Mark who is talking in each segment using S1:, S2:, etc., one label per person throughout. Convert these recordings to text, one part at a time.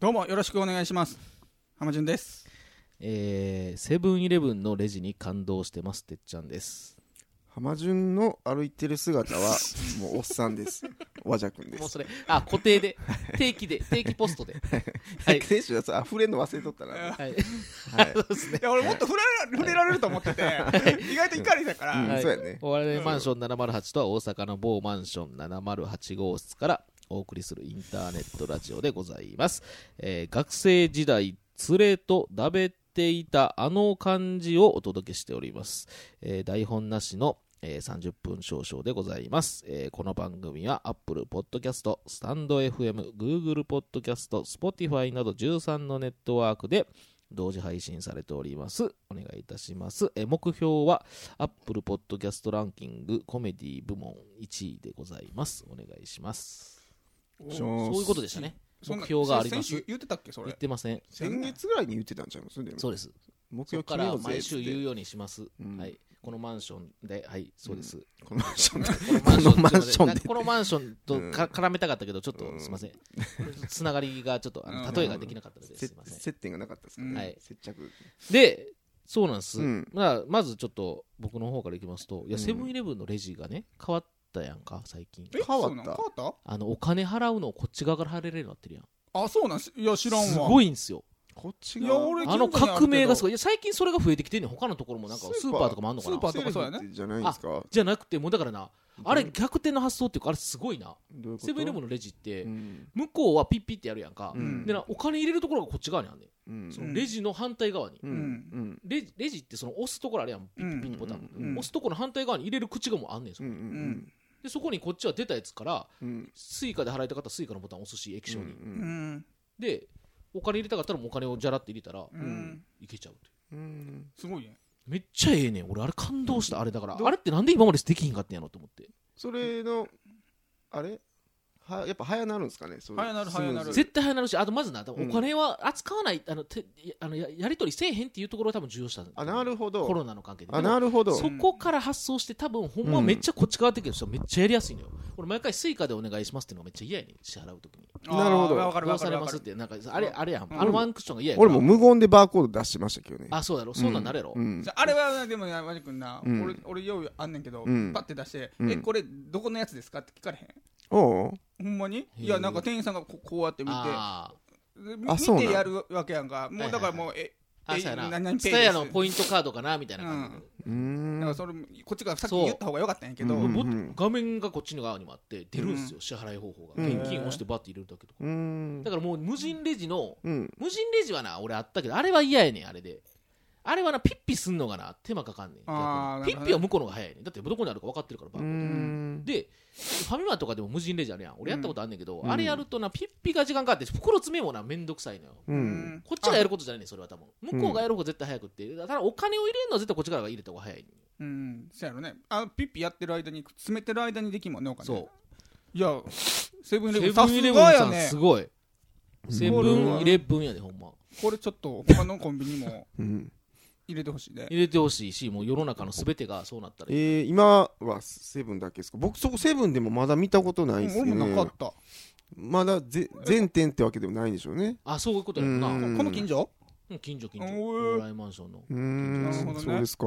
S1: どうもよろしくお願いします浜潤です
S2: えーセブンイレブンのレジに感動してますてっちゃんです
S3: 浜順の歩いてる姿はもうおっさ んです和じゃくんで
S2: もう
S3: す
S2: それあ固定で定期で定期ポストではい
S3: 選手はさ溢れんの忘れとったな、 はい
S2: はい
S3: は
S2: そうですね
S1: いや俺もっと触れられ触れられると思ってて 意外と怒りだから、
S3: うん
S2: はい
S3: そうやね
S2: お笑いマンション708とは大阪の某マンション708号室からお送りするインターネットラジオでございます、えー学生時代連れとだべっていたあの漢字をお届けしております、えー台本なしのえー30分少々でございます、えーこの番組は Apple Podcast、スタンド FM、Google Podcast、Spotify など13のネットワークで同時配信されております。お願いいたします。えー目標は Apple Podcast ランキングコメディ部門1位でございます。お願いします。
S3: い
S2: そういうことでしたね。
S1: そん
S2: 目
S1: な
S2: 標がありま
S1: 先
S2: す
S1: 週。言ってたっけそ
S2: 言っ
S1: れ
S2: てません。
S3: 先月ぐらいに言ってたんちゃいますでも
S2: そうです。
S3: 目
S2: そこ
S3: 標
S2: か
S3: 決めよ
S2: ら
S3: うぜ
S2: 毎週言う
S3: う
S2: ようにします。
S3: ん
S2: はい。このマンションで、はい、そうです。
S3: このマンシ ョンで
S2: こ
S3: このマンションで
S2: このマンションと
S3: うん
S2: か絡めたかったけど、ちょっとすみません。つながりがちょっと、あ
S1: う
S2: の
S1: ん
S2: 例えができなかったので、
S3: せ
S2: すみません。
S3: 接点がなかったですからね、
S2: うんはい
S3: 接着
S2: で、そうなんです。
S3: うん
S2: まあまずちょっと僕の方からいきますと、いや、
S3: うん
S2: セブンイレブンのレジがね、変わったやんか、最近。
S1: え
S3: 変わった
S1: そうなん変わっ
S2: あの、お金払うのをこっち側から払えるようになってるやん。
S1: たあそうなんすいや知らんわ
S2: すごいんですよ。
S3: こっち
S1: い
S3: が
S1: や俺
S2: あの革命がすご
S1: い
S2: い。いや、最近それが増えてきてんねん他のところもなんかス
S3: ス
S2: ー
S3: ー
S2: パ
S3: パー
S2: ーとかもあんのかな
S1: スーパーとかそうやね
S3: セレブじゃないですか
S2: じゃなくて、もうだからな、あれ逆転の発想っていうか、あれすごいな。
S3: どういうこと
S2: セブンイレブンのレジって、
S3: うん
S2: 向こうはピッピってやるやんか。
S3: うん
S2: でな、お金入れるところがこっち側にあんねん。
S3: うん
S2: そのレジの反対側に。
S3: うんうん
S2: レジレジってその押すところあるやん、ピッピッピッボタン。
S3: うん
S1: うん
S2: 押すところの反対側に入れる口がもうあんねん、そ
S3: うんう
S2: こ
S3: ん
S2: で、そこにこっちは出たやつから、
S3: うんうん
S2: スイカで払いたかったらスイカのボタン押すし、液晶に。
S1: ううん
S2: で、お金入れたかったらもうお金をじゃらって入れたら
S1: う、ん
S3: ん
S2: いけちゃうっていう
S3: うん
S1: すごいね
S2: めっちゃええねん。俺、あれ感動した。あれだから、
S3: ど
S2: あれってなんで今までできひんかったんやろと思って。
S3: それのあれはやっぱ早なるんですかねそういう
S1: 早なる早なる
S3: スムーズ
S2: 絶対早なるし、あとまずな、多
S3: う
S2: 分
S3: ん
S2: お金は扱わない、あのてやあのややり取りせえへんっていうところが多分重要したんだ
S3: あなるほ
S2: コ
S3: ど
S2: ロナの関係で。
S3: あなるほど
S2: そこから発想して多分ほんまめっちゃこっち側ってけどめっちゃやりやすいのよ俺毎回スイカでお願いしますっていうのがめっちゃ嫌やねん支払う時に
S3: なるほど
S1: あーわかる
S2: ど
S1: わ
S2: う
S1: か
S2: さ
S1: る
S2: れ
S1: わ
S2: ま
S1: か
S2: すっ
S1: る
S2: てなんかあれあれやん
S1: うん
S2: あのワンクッションが嫌やから
S3: 俺も無言でバーコード出してましたけどね
S2: あそうやろそんなんなれろ
S3: うん
S1: じゃああれはでもねマジ君な、
S3: うん
S1: 俺俺用意あんねんけど、
S3: うん
S1: パッて出して、
S3: うん
S1: えこれどこのやつですかって聞かれへん
S3: おう
S1: ほんまに
S2: ー
S1: いやなんか店員さんがここうやって見て
S2: あ
S1: で
S3: あそう
S1: 見
S3: なん
S1: てやるわけやんかもうだからもう、え
S2: ーあ
S1: え
S2: そうやな
S1: 何々ペイで
S2: 蔦
S1: す
S2: 屋のポイントカードかなみたいな感じで
S3: うーん
S1: だからそれこっちがさっき言った方が良かったんやけど、
S3: そううん
S2: もっと画面がこっちの側にもあって出るんですよ支払い方法が
S3: うん
S2: 現金を押してバッて入れるだけとか
S3: うーん
S2: だからもう無人レジの
S3: うん
S2: 無人レジはな俺あったけどあれは嫌やねんあれであれはなピッピすんのがな手間かかんねん
S1: あーなるほどね
S2: 逆にピッピは向こうの方が早いねんだってどこにあるか分かってるからバ
S3: う
S2: ー
S3: ー
S2: コード
S3: ん
S2: でファミマとかでも無人レジあるやん俺やったことあんねんけど、
S3: うん
S2: あれやるとなピッピが時間かかって袋詰めもなめんどくさいのよ
S3: う
S1: うん
S2: こっちがやることじゃないねんそれは多分向こうがやる方が絶対早くってただお金を入れるのは絶対こっちからが入れた方が早いねん
S1: あうんそうやろねあピッピやってる間に詰めてる間にできんもんねお金
S2: そう
S1: いやセブンイレブ
S2: セ
S1: ンさ
S2: ブン
S1: す
S2: イレブ
S1: が
S2: ン
S1: や
S2: さん
S1: ね
S2: すごいセブンイレブンやでほんま
S1: これちょっと他のコンビニも
S3: うん
S1: 入れてほしいで
S2: 入れてほしいしもう世の中の全てがそうなったら
S3: えー今はセブンだけですか僕そこセブンでもまだ見たことないです
S1: 俺もなか
S3: ね
S1: ったこ
S3: まだぜ全店ってわけでもないんでしょうね
S2: あそういうことやろな、
S3: う
S2: うん
S1: の近所
S2: 近所近
S1: お
S2: 所
S1: え
S2: オーライマンションの
S3: うーん
S1: なるほどね
S3: そうですか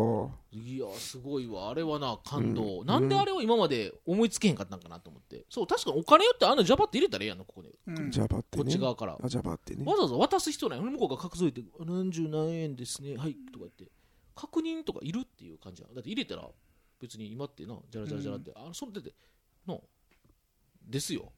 S2: いやすごいわあれはな感動、
S3: うん
S2: なんであれを今まで思いつけへんかったんかなと思ってそう確かにお金よってあんなジャバって入れたらええやんのここで
S1: うん
S3: ジャバって
S2: こ
S3: ね
S2: っち側から
S3: あジャバってね
S2: わざわざ渡す人ない向こうが隠ぞいて「何十何円ですねはい」とか言って確認とかいるっていう感じやだって入れたら別に今ってなじゃらじゃらじゃらって、あのそれだってなですよ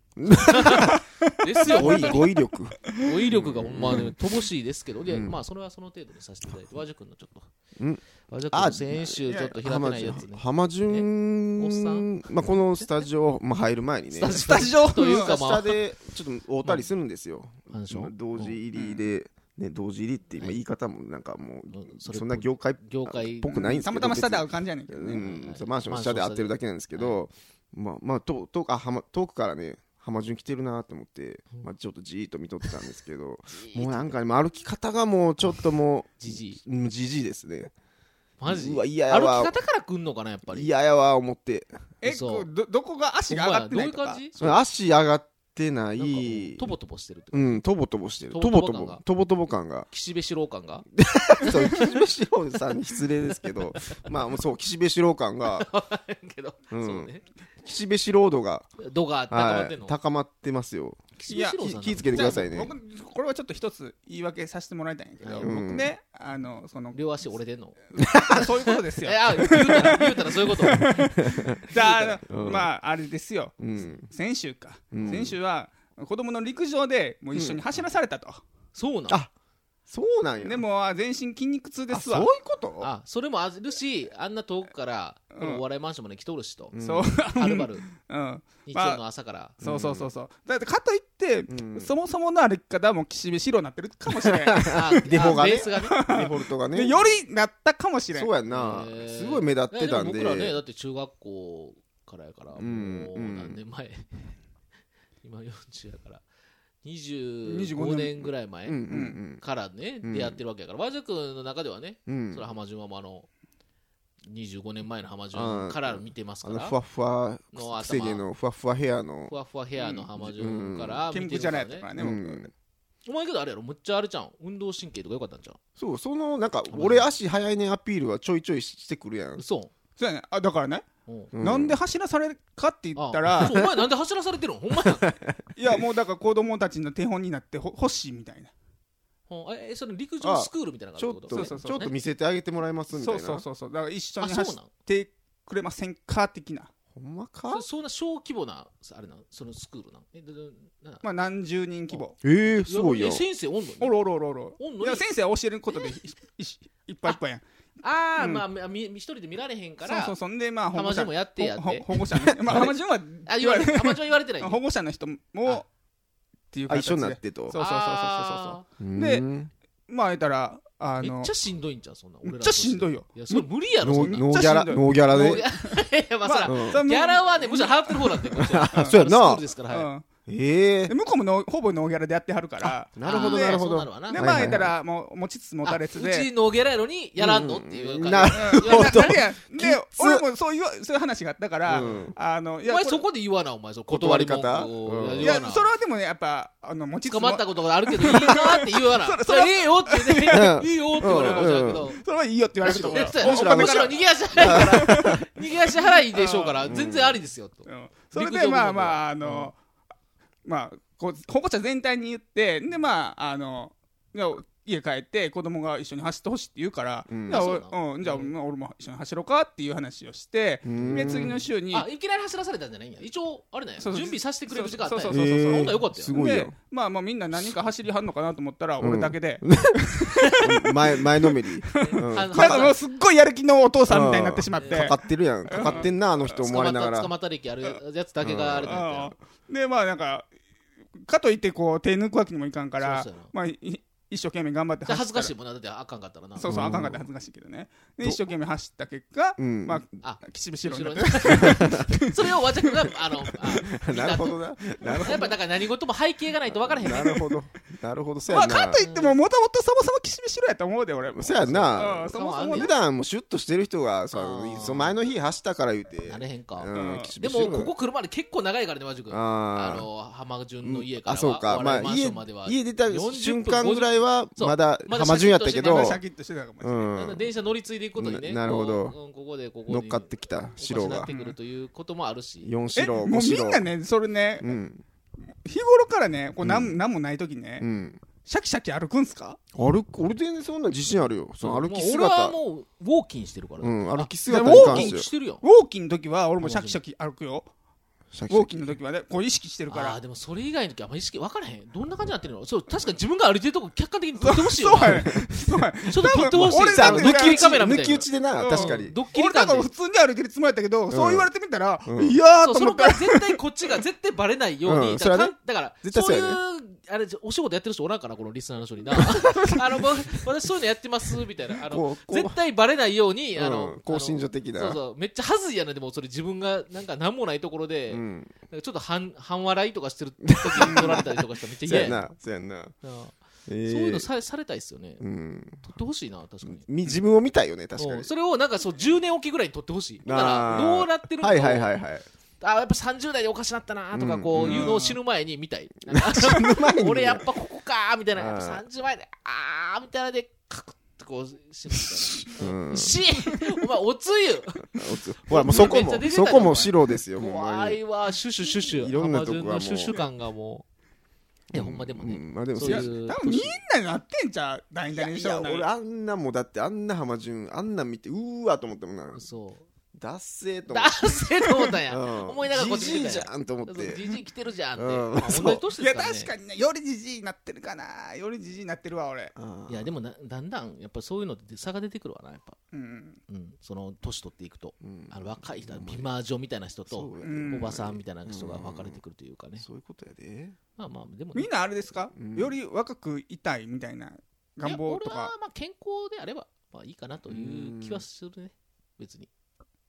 S2: ですよ
S3: 語彙語彙力
S2: 語彙力がほんまね乏しいですけどで、
S3: うん
S2: まあそれはその程度にさせていただいて和樹君のちょっと
S3: うん
S2: 和樹君の先週 ちょっと開け
S3: 浜
S2: ないや
S3: 順
S2: つね
S3: 浜順
S2: おっさん
S3: まあこのスタジオ、まあ、入る前にね
S2: スタジオというかま
S3: 下
S2: あ
S3: でちょっとおたりするんですよ、
S2: マンション
S3: 同時入りで、ね、同時入りって今
S2: はい
S3: 言い方もなんかもう、
S2: うんそ
S3: そ
S2: れ
S3: んな業界
S2: 業界
S3: っぽくないんですけど
S1: たまたま下で会う感じやねんけ
S3: う
S1: どね、
S3: ん、そうマンションの下で会ってるだけなんですけど、まあまあ遠遠くあ浜遠くからね浜順来てるなと思って、まあ、ちょっとじーっと見とってたんですけどもうなんかねもう歩き方がもうちょっとも
S2: じじいう
S3: うんじじいですね
S2: マジ
S3: うわ
S2: 歩き
S3: 嫌
S2: 方
S3: やわ
S2: から来んのかなやっぱり
S3: 嫌やわ思って
S1: え
S2: そう
S1: こうどどこが足が上がってないと
S2: ほん
S1: か
S2: まやどういう感じ
S3: 足上がってな
S2: なんかもう
S3: い
S2: とぼとぼしてるってこ
S3: う
S2: と
S3: んとぼとぼしてる
S2: と
S3: と
S2: ぼ
S3: ぼ
S2: と
S3: と
S2: ぼ感
S3: ぼ
S2: が
S3: とぼとぼ感が
S2: 岸辺四郎感が
S3: そう岸辺四郎さんに失礼ですけど まあもうそう岸辺四郎感が
S2: けど、
S3: うん
S2: そうね
S3: 岸辺四郎度が、
S2: 度が高まって
S3: は
S2: ん
S3: い
S2: の、、
S3: 高まってますよ
S2: 岸辺四郎さん
S3: 気
S2: なの
S3: ぃつけてください
S1: じゃあ
S3: ね
S1: 僕これはちょっと一つ言い訳させてもらいたいんやけど、
S2: はい
S1: 僕ねあのその
S2: 両足折れてんの
S1: あ そういうことです
S2: い
S1: よ
S2: や言うたら言うたらそういうこと
S1: じゃああの、
S3: うん
S1: まああれですよ
S3: うん
S1: 先週か、
S3: うん
S1: 先週は子供の陸上でもう一緒に走らされたと、
S2: そうなん
S3: あそうなんや
S1: でもあ全身筋肉痛で
S3: あ
S1: す
S3: そ
S1: わ
S3: ういうこと
S2: あそれもあるしあんな遠くからこのお笑いマンションまで来とるしと、
S1: そう、
S2: はるば る
S1: うん、
S2: 日曜の朝から、
S1: そうそうそうそうだってかといって、
S3: うん
S1: そもそもの歩き方も岸辺四郎になってるかもしれん
S2: あ
S3: デフォが ね
S2: あベースがね
S3: デフォルトがね
S1: でよりなったかもしれん
S3: そうやん な
S2: へー
S3: すごい目立ってたんで
S2: いやも僕らねだって中学校からやから、
S3: うん
S2: もう何年前 今40やから25
S1: 25
S2: 年ぐらい前
S3: うんうん
S2: からね、
S3: うん
S2: 出会ってるわけやから和く君の中ではね、
S3: うんうん
S2: それは浜順はもうあの25年前の浜順から見てます
S3: あ
S2: か
S3: の
S2: ら
S3: ふわふわ
S2: の頭
S3: くせ毛のふわふわヘアの
S2: ふわふわヘアの浜順から
S1: 健
S2: 見て
S1: 康
S2: る
S1: じゃ
S2: か
S1: な
S2: ら
S1: いと
S2: ね
S1: か
S3: う
S1: ね、僕
S3: ん
S2: お前けどあれやろむっちゃあれじゃん運動神経とか良かったんじゃん
S3: そうそのなんか俺足早いねアピールはちょいちょいしてくるやん
S2: 嘘
S1: そうやねあだからね、
S2: うん
S3: うん
S1: なんで走らされるかって言
S2: あ
S1: ったら
S2: そうお前なんで走らされてるのほんまやん
S1: いやもうだから子供たちの手本になってほ欲しいみたいな
S2: ほんえその陸上スクールみたいなの
S3: ち
S2: があ
S3: ょ
S2: る
S3: っ
S2: ってこと
S3: と
S1: そうそう
S3: ちょっと見せてあげてもらえますみた
S1: そ
S3: いうな
S1: そうそうそうだから一緒
S2: あ
S1: に
S2: そう
S1: 走
S2: な
S1: っ
S2: ん
S1: てくれませんか的な
S3: ほんまか
S2: そそんな小規模なあれなんそのスクールなんえどどな
S1: まあ何十人規模
S3: えー、すごいよ
S2: え先生おんのに
S1: おろおろおろおろ
S2: おんのに
S1: いや先生は教えることでい いいっぱいいっぱいやん
S2: ああ、
S1: うん
S2: まあみみ一人で見られへんか
S1: そう
S2: ら
S1: そうそうでまあ保
S2: 浜
S1: 護者
S2: 順もやってやって
S1: ほほ保護者ねまあ浜順は
S2: あ言
S1: 言わ
S2: わ
S1: れ
S2: れ
S1: る
S2: あまちゃん言われてないんだ
S1: 保護者の人
S2: あ
S1: もっていう
S3: あ
S1: 形で
S3: 一緒になってと
S1: そうそうそうそう
S2: あー
S3: う
S1: で
S3: ん
S1: まあ言ったらあ
S2: め
S1: の
S2: っちゃしんどいんじゃんそんな俺ら
S1: めっちゃしんど
S2: い
S1: いよ
S2: いやそれ無理やろ
S3: ノ
S2: そ
S3: ー
S2: んな
S3: ノーギ
S1: めっちゃしんどい
S3: ャラノーギャラ
S2: ノーギ
S3: で
S2: いやまあそら
S1: ま
S3: うん
S1: それは
S2: ギャラはねむしろ払ってる 方なんでこっちは
S3: あそうや
S2: ス
S3: ん
S2: クール
S3: な
S2: ですからはい
S1: うん
S3: ええ
S1: で向こうもノーほぼノーギャラでやってはるから
S3: なるほど
S2: あー
S3: なるほ
S2: そうな
S3: ど
S2: るわな
S1: で
S3: はい
S1: まあ
S3: はい
S1: 言ったらもう持ちつ持たれつ
S2: あう
S1: で
S2: ちノーギャラやのにやらんのっていう
S3: うん
S2: 感じ
S1: うんいやななんでやで
S3: つ
S1: 俺もそういうそういう話があったから、
S3: うん
S1: あのい
S2: お
S1: や
S2: 前
S1: こ
S2: そ
S1: れ
S2: こで言わなお前その断り文句を
S3: 断り方うん
S1: い
S2: 言わ
S1: や
S2: な
S1: それはでもねやっぱあの持ちつ
S2: 捕
S1: も
S2: まったことがあるけどいいなって言わ な
S1: それ
S2: そ
S1: それは
S2: れええよって 言っ
S3: う
S2: て
S3: ん
S2: いいよって言われるかもしれないけど
S1: それはいいよって言われると思
S2: そう
S1: うよ
S2: やそう
S3: む
S2: や
S3: しろ
S2: むしろ逃げ足払いから逃げ足払いでしょうから全然ありですよと
S1: うんそれ
S2: 陸上
S1: で
S2: 部
S1: ま
S2: の
S1: あまああの、まあこう保護者全体に言ってでまああのいや家帰って子供が一緒に走ってほしいって言うから、
S3: うん
S1: じゃあ
S2: あそうなの
S1: 俺うんじゃあ
S2: うん
S1: まあ俺も一緒に走ろうかっていう話をして、
S3: うん
S1: で次の週に
S2: あいきなり走らされたんじゃないんや一応あれなんや
S1: そ
S2: 準
S1: うそう
S2: 備させてくれる時間あったんや
S1: そう
S3: え
S1: そうそうそう
S3: ー
S2: ほんならよかったよ
S3: すごい
S1: で
S3: よ
S1: まあまあみんな何か走りはんのかなと思ったら俺だけで、
S3: 前前のめり、うん
S2: あの
S1: なんかもうすっごいやる気のお父さんみたいになってしまって、
S3: かかってるやんかかってんなあの人思
S2: 捕
S3: わ
S2: ま
S3: れ
S2: っ
S3: なが
S2: た捕
S3: ら
S2: まった歴あるやつだけがあれだったよ
S1: うんでまあなんかかといってこう手抜くわけにもいかんから
S2: そうそうやな
S1: まあい一生懸命頑張って
S2: で
S1: 走
S2: 恥ず
S1: った
S2: からしいもんなだってあかんかったらな
S1: そうそう
S3: うん
S1: あかんかったら恥ずかしいけどねで
S3: ど
S1: 一生懸命走った結果、
S3: うん
S1: ま
S2: あ
S1: あ岸辺四郎
S2: 後
S1: にな
S2: ろ
S1: っ
S2: に
S1: て
S2: それをわちゃくがあのあ
S3: なるほどななるほ
S2: やっぱだから何事も背景がないと分からへん
S3: ど
S2: ね
S3: なるほどなるほどそう
S1: ま
S3: や
S1: あか
S3: な
S1: といってももともとそもそも岸辺四郎やと思うで俺も
S3: そうやな
S1: うんそもそも
S2: そう
S1: ね
S3: 普段もシュッとしてる人がさ
S2: あー
S3: その前の日走ったから言うて
S2: なれへんか、
S3: うん
S2: でもここ来るまで結構長いからね和く君あ
S3: あー
S2: の浜順の家からは、
S3: あそう
S2: 我
S3: か
S2: 々
S3: まあ
S2: マンシ
S3: 家
S2: ョンまでは
S3: 家出た
S2: 40
S3: 瞬間ぐらいは
S2: そう
S3: まだ
S2: まだ
S3: 浜順やったけ
S2: シャキッと
S3: ど
S1: シャキッとしてたかもしれ
S3: う
S1: ない、
S2: なんか
S3: ん
S2: 電車乗り継いでいくことにね
S3: ななるほど
S2: こううんここでここに
S3: 乗っかってきた白
S2: おかしなっ
S3: が
S2: てくるということもあるし
S3: 4
S1: え
S3: 白
S1: もう
S3: 5
S1: みん
S3: 白
S1: なねそれね、
S3: うん
S1: 日頃からねこうなん、
S3: う
S1: なんもない時にね、
S3: うん
S1: シャキシャキ歩くんすか
S3: 歩く俺全然そんな自信あるよその歩き
S2: まあ
S3: 姿
S2: 俺はもうウォーキンしてるから、
S3: うん歩き
S2: あ
S3: 姿
S2: ウ
S3: に
S2: ォーキ
S3: 関して
S2: ン
S3: は
S2: してるよ
S1: ウォーキンの時は俺もシャキシャキ歩くよ
S3: シャキシ
S1: ウォ
S3: ャ
S1: ー
S3: キ
S1: キンの時はねこう意識してるか
S2: ああ
S1: ら
S2: ーでもそれ以外の時あんま意識分からへんどんな感じになってるのそう確かに自分が歩いてるとこ客観的に撮ってほしい
S1: そう
S2: よな
S1: やねそうやね
S2: ちょっと撮ってほし
S1: 多
S2: い
S1: 分俺
S2: あ
S1: だ
S2: の
S1: って
S2: ドッキリカメラみた
S3: 抜
S2: い
S3: き
S2: な
S3: 打ちでな
S1: うん
S3: 確かに
S2: ドッキリ
S1: 俺だ
S2: 感
S1: か
S2: で
S1: ら普通に歩いてるつもりやったけど、
S3: ん
S1: そう言われてみたら、
S3: うん
S1: いやー
S2: そ
S1: と
S2: うそ
S1: 思
S2: の
S1: った
S2: から絶対こっちが絶対バレないように、
S3: うん
S2: だ
S3: それ
S2: から
S3: はね
S2: かんだから
S3: 絶対
S2: そう
S3: そう
S2: い
S3: や
S2: う
S3: ね
S2: あれお仕事やってる人おらんかなこのリスナーの人に なあの僕私そういうのやってますみたいなあの
S3: こうこう
S2: 絶対バレないようにあの、
S3: うん更新所的な
S2: あのそうそうめっちゃ恥ずいやなでもそれ自分がなんか何もないところで、
S3: うん
S2: なんかちょっと半半笑いとかしてる時に撮られたりとかしたらめっちゃ
S3: そう
S2: 嫌や
S3: や
S2: な
S3: なそうやな
S2: うん
S3: そう
S2: そういうのさされたいっすよね
S3: うん
S2: 撮ってほしいな確かに。
S3: み自分を見たいよね確か
S2: うん
S3: に
S2: それをなんかそう10年おきぐらいに撮ってほしい。だか
S3: あ
S2: ら
S3: ー
S2: どうなってるのかを
S3: はいはいはいはい
S2: あやっぱ30代でおかしなったなとかこう
S1: うん
S2: いうのを死ぬ前に見たい、なんか俺やっぱここかみたいな、
S3: うん
S2: やっぱ30前であーみたいなのでカクッとこう死ぬみ
S3: うん
S2: たいなしお前おつゆ
S3: ほらもうそこ
S2: めっちゃ出てた
S3: も
S2: じゃ
S3: そ
S2: ん
S3: こも白ですよほんま
S2: 怖
S3: に
S2: いわシュシュシュシュ
S3: いろんなとこがもう
S2: 浜順のシュシュ感がもういやほんまでも
S3: う
S2: ね、
S3: んまあでも
S2: そう
S1: い
S2: い
S1: や
S2: う
S1: 多分みんなになってんじゃう大体に
S3: い
S1: した
S3: や
S1: ら
S3: 俺
S1: な
S3: あんなもうだってあんな浜潤あんなん見てうーわと思ったもんな
S2: そう
S3: ダッセーと思って
S2: 男性と思ったんや、
S3: うん
S2: 思いながらこっち
S3: じ
S2: 見
S3: じい
S2: てた
S3: じ
S2: んや
S3: ゃんと思っ
S2: そう
S3: て
S2: じじい来てるじゃんって、
S3: うん
S2: まあ
S3: そう
S2: 同じ年
S1: い
S2: です
S1: や
S2: からね
S1: 確かにねよりじじいになってるかなよりじじいになってるわ俺
S3: うん
S2: いやでもなだんだんやっぱそういうのって差が出てくるわなやっぱ、
S1: うん
S2: うん、その年取っていくと、
S3: うん
S2: あの若い人美魔女みたいな人と
S3: そうや
S1: う
S3: で
S2: お
S1: ん
S2: ばさんみたいな人が分かれてくるというかね、
S3: そういうことやで
S2: まあまあでも、ね、
S1: みんなあれですか
S3: うん
S1: より若くいたいみたいない
S2: や
S1: 願望と
S2: 俺は
S1: か
S2: まあ健康であればまあいいかなという気はするね別に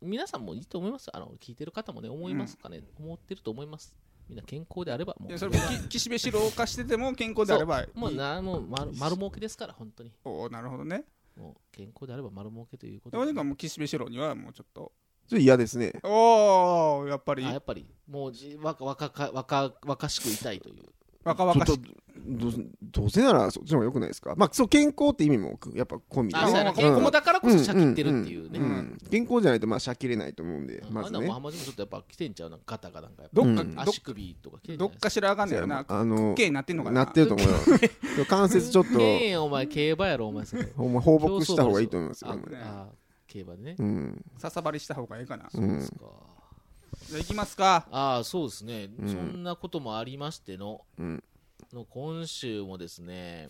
S2: 皆さんもいいと思いますよあの聞いてる方もね思いますかね、思ってると思いますみんな健康であればも
S1: いうやそれもき岸辺四郎化してても健康であればいい
S2: もうなもう丸丸儲けですから本当に
S1: おーなるほどね
S2: もう健康であれば丸儲けということ
S1: でもなんかもう岸辺四郎にはもうちょっと
S3: ちょっと嫌ですね
S1: おおやっぱり
S2: あやっぱりもうじ若若か若若しくいたいという
S1: 若々
S3: ちょ
S1: し
S3: っ
S1: い
S3: とどうせどうせならそっちの方がよくないですかまあそう健康って意味もやっぱ込みで
S2: あそうやな
S1: うん
S2: 健康だからこそしゃ
S3: うん
S2: きってるっていうね、
S3: んん健康じゃないとまあしゃきれないと思うんで
S2: うん
S3: ま
S2: あ
S3: ず
S2: んなもん
S3: ね
S2: 浜島ちょっとやっぱ来てんちゃうなんか肩がなんかやっ
S1: どっか
S3: うん
S2: ぱ
S1: どっ
S2: 足首とか来てんじ
S1: ど
S2: ゃ
S1: っ
S2: ないです
S1: かしらあかんねやろな
S3: あの
S1: OK になってんのかな
S3: なってると思うよ でも関節ちょっと
S2: いやいやお前競馬やろお前それ
S3: ほんま放牧した方がいいと思いますよ
S2: あ
S3: ほんまに
S2: あ競馬でね、
S3: うん
S1: 笹張りした方がいいかなじ
S3: う
S2: そうで
S3: ん
S2: すか
S1: ゃあ行きますか
S2: ああそうですね、
S3: うん
S2: そんなこともありましての
S3: うん
S2: の今週もですね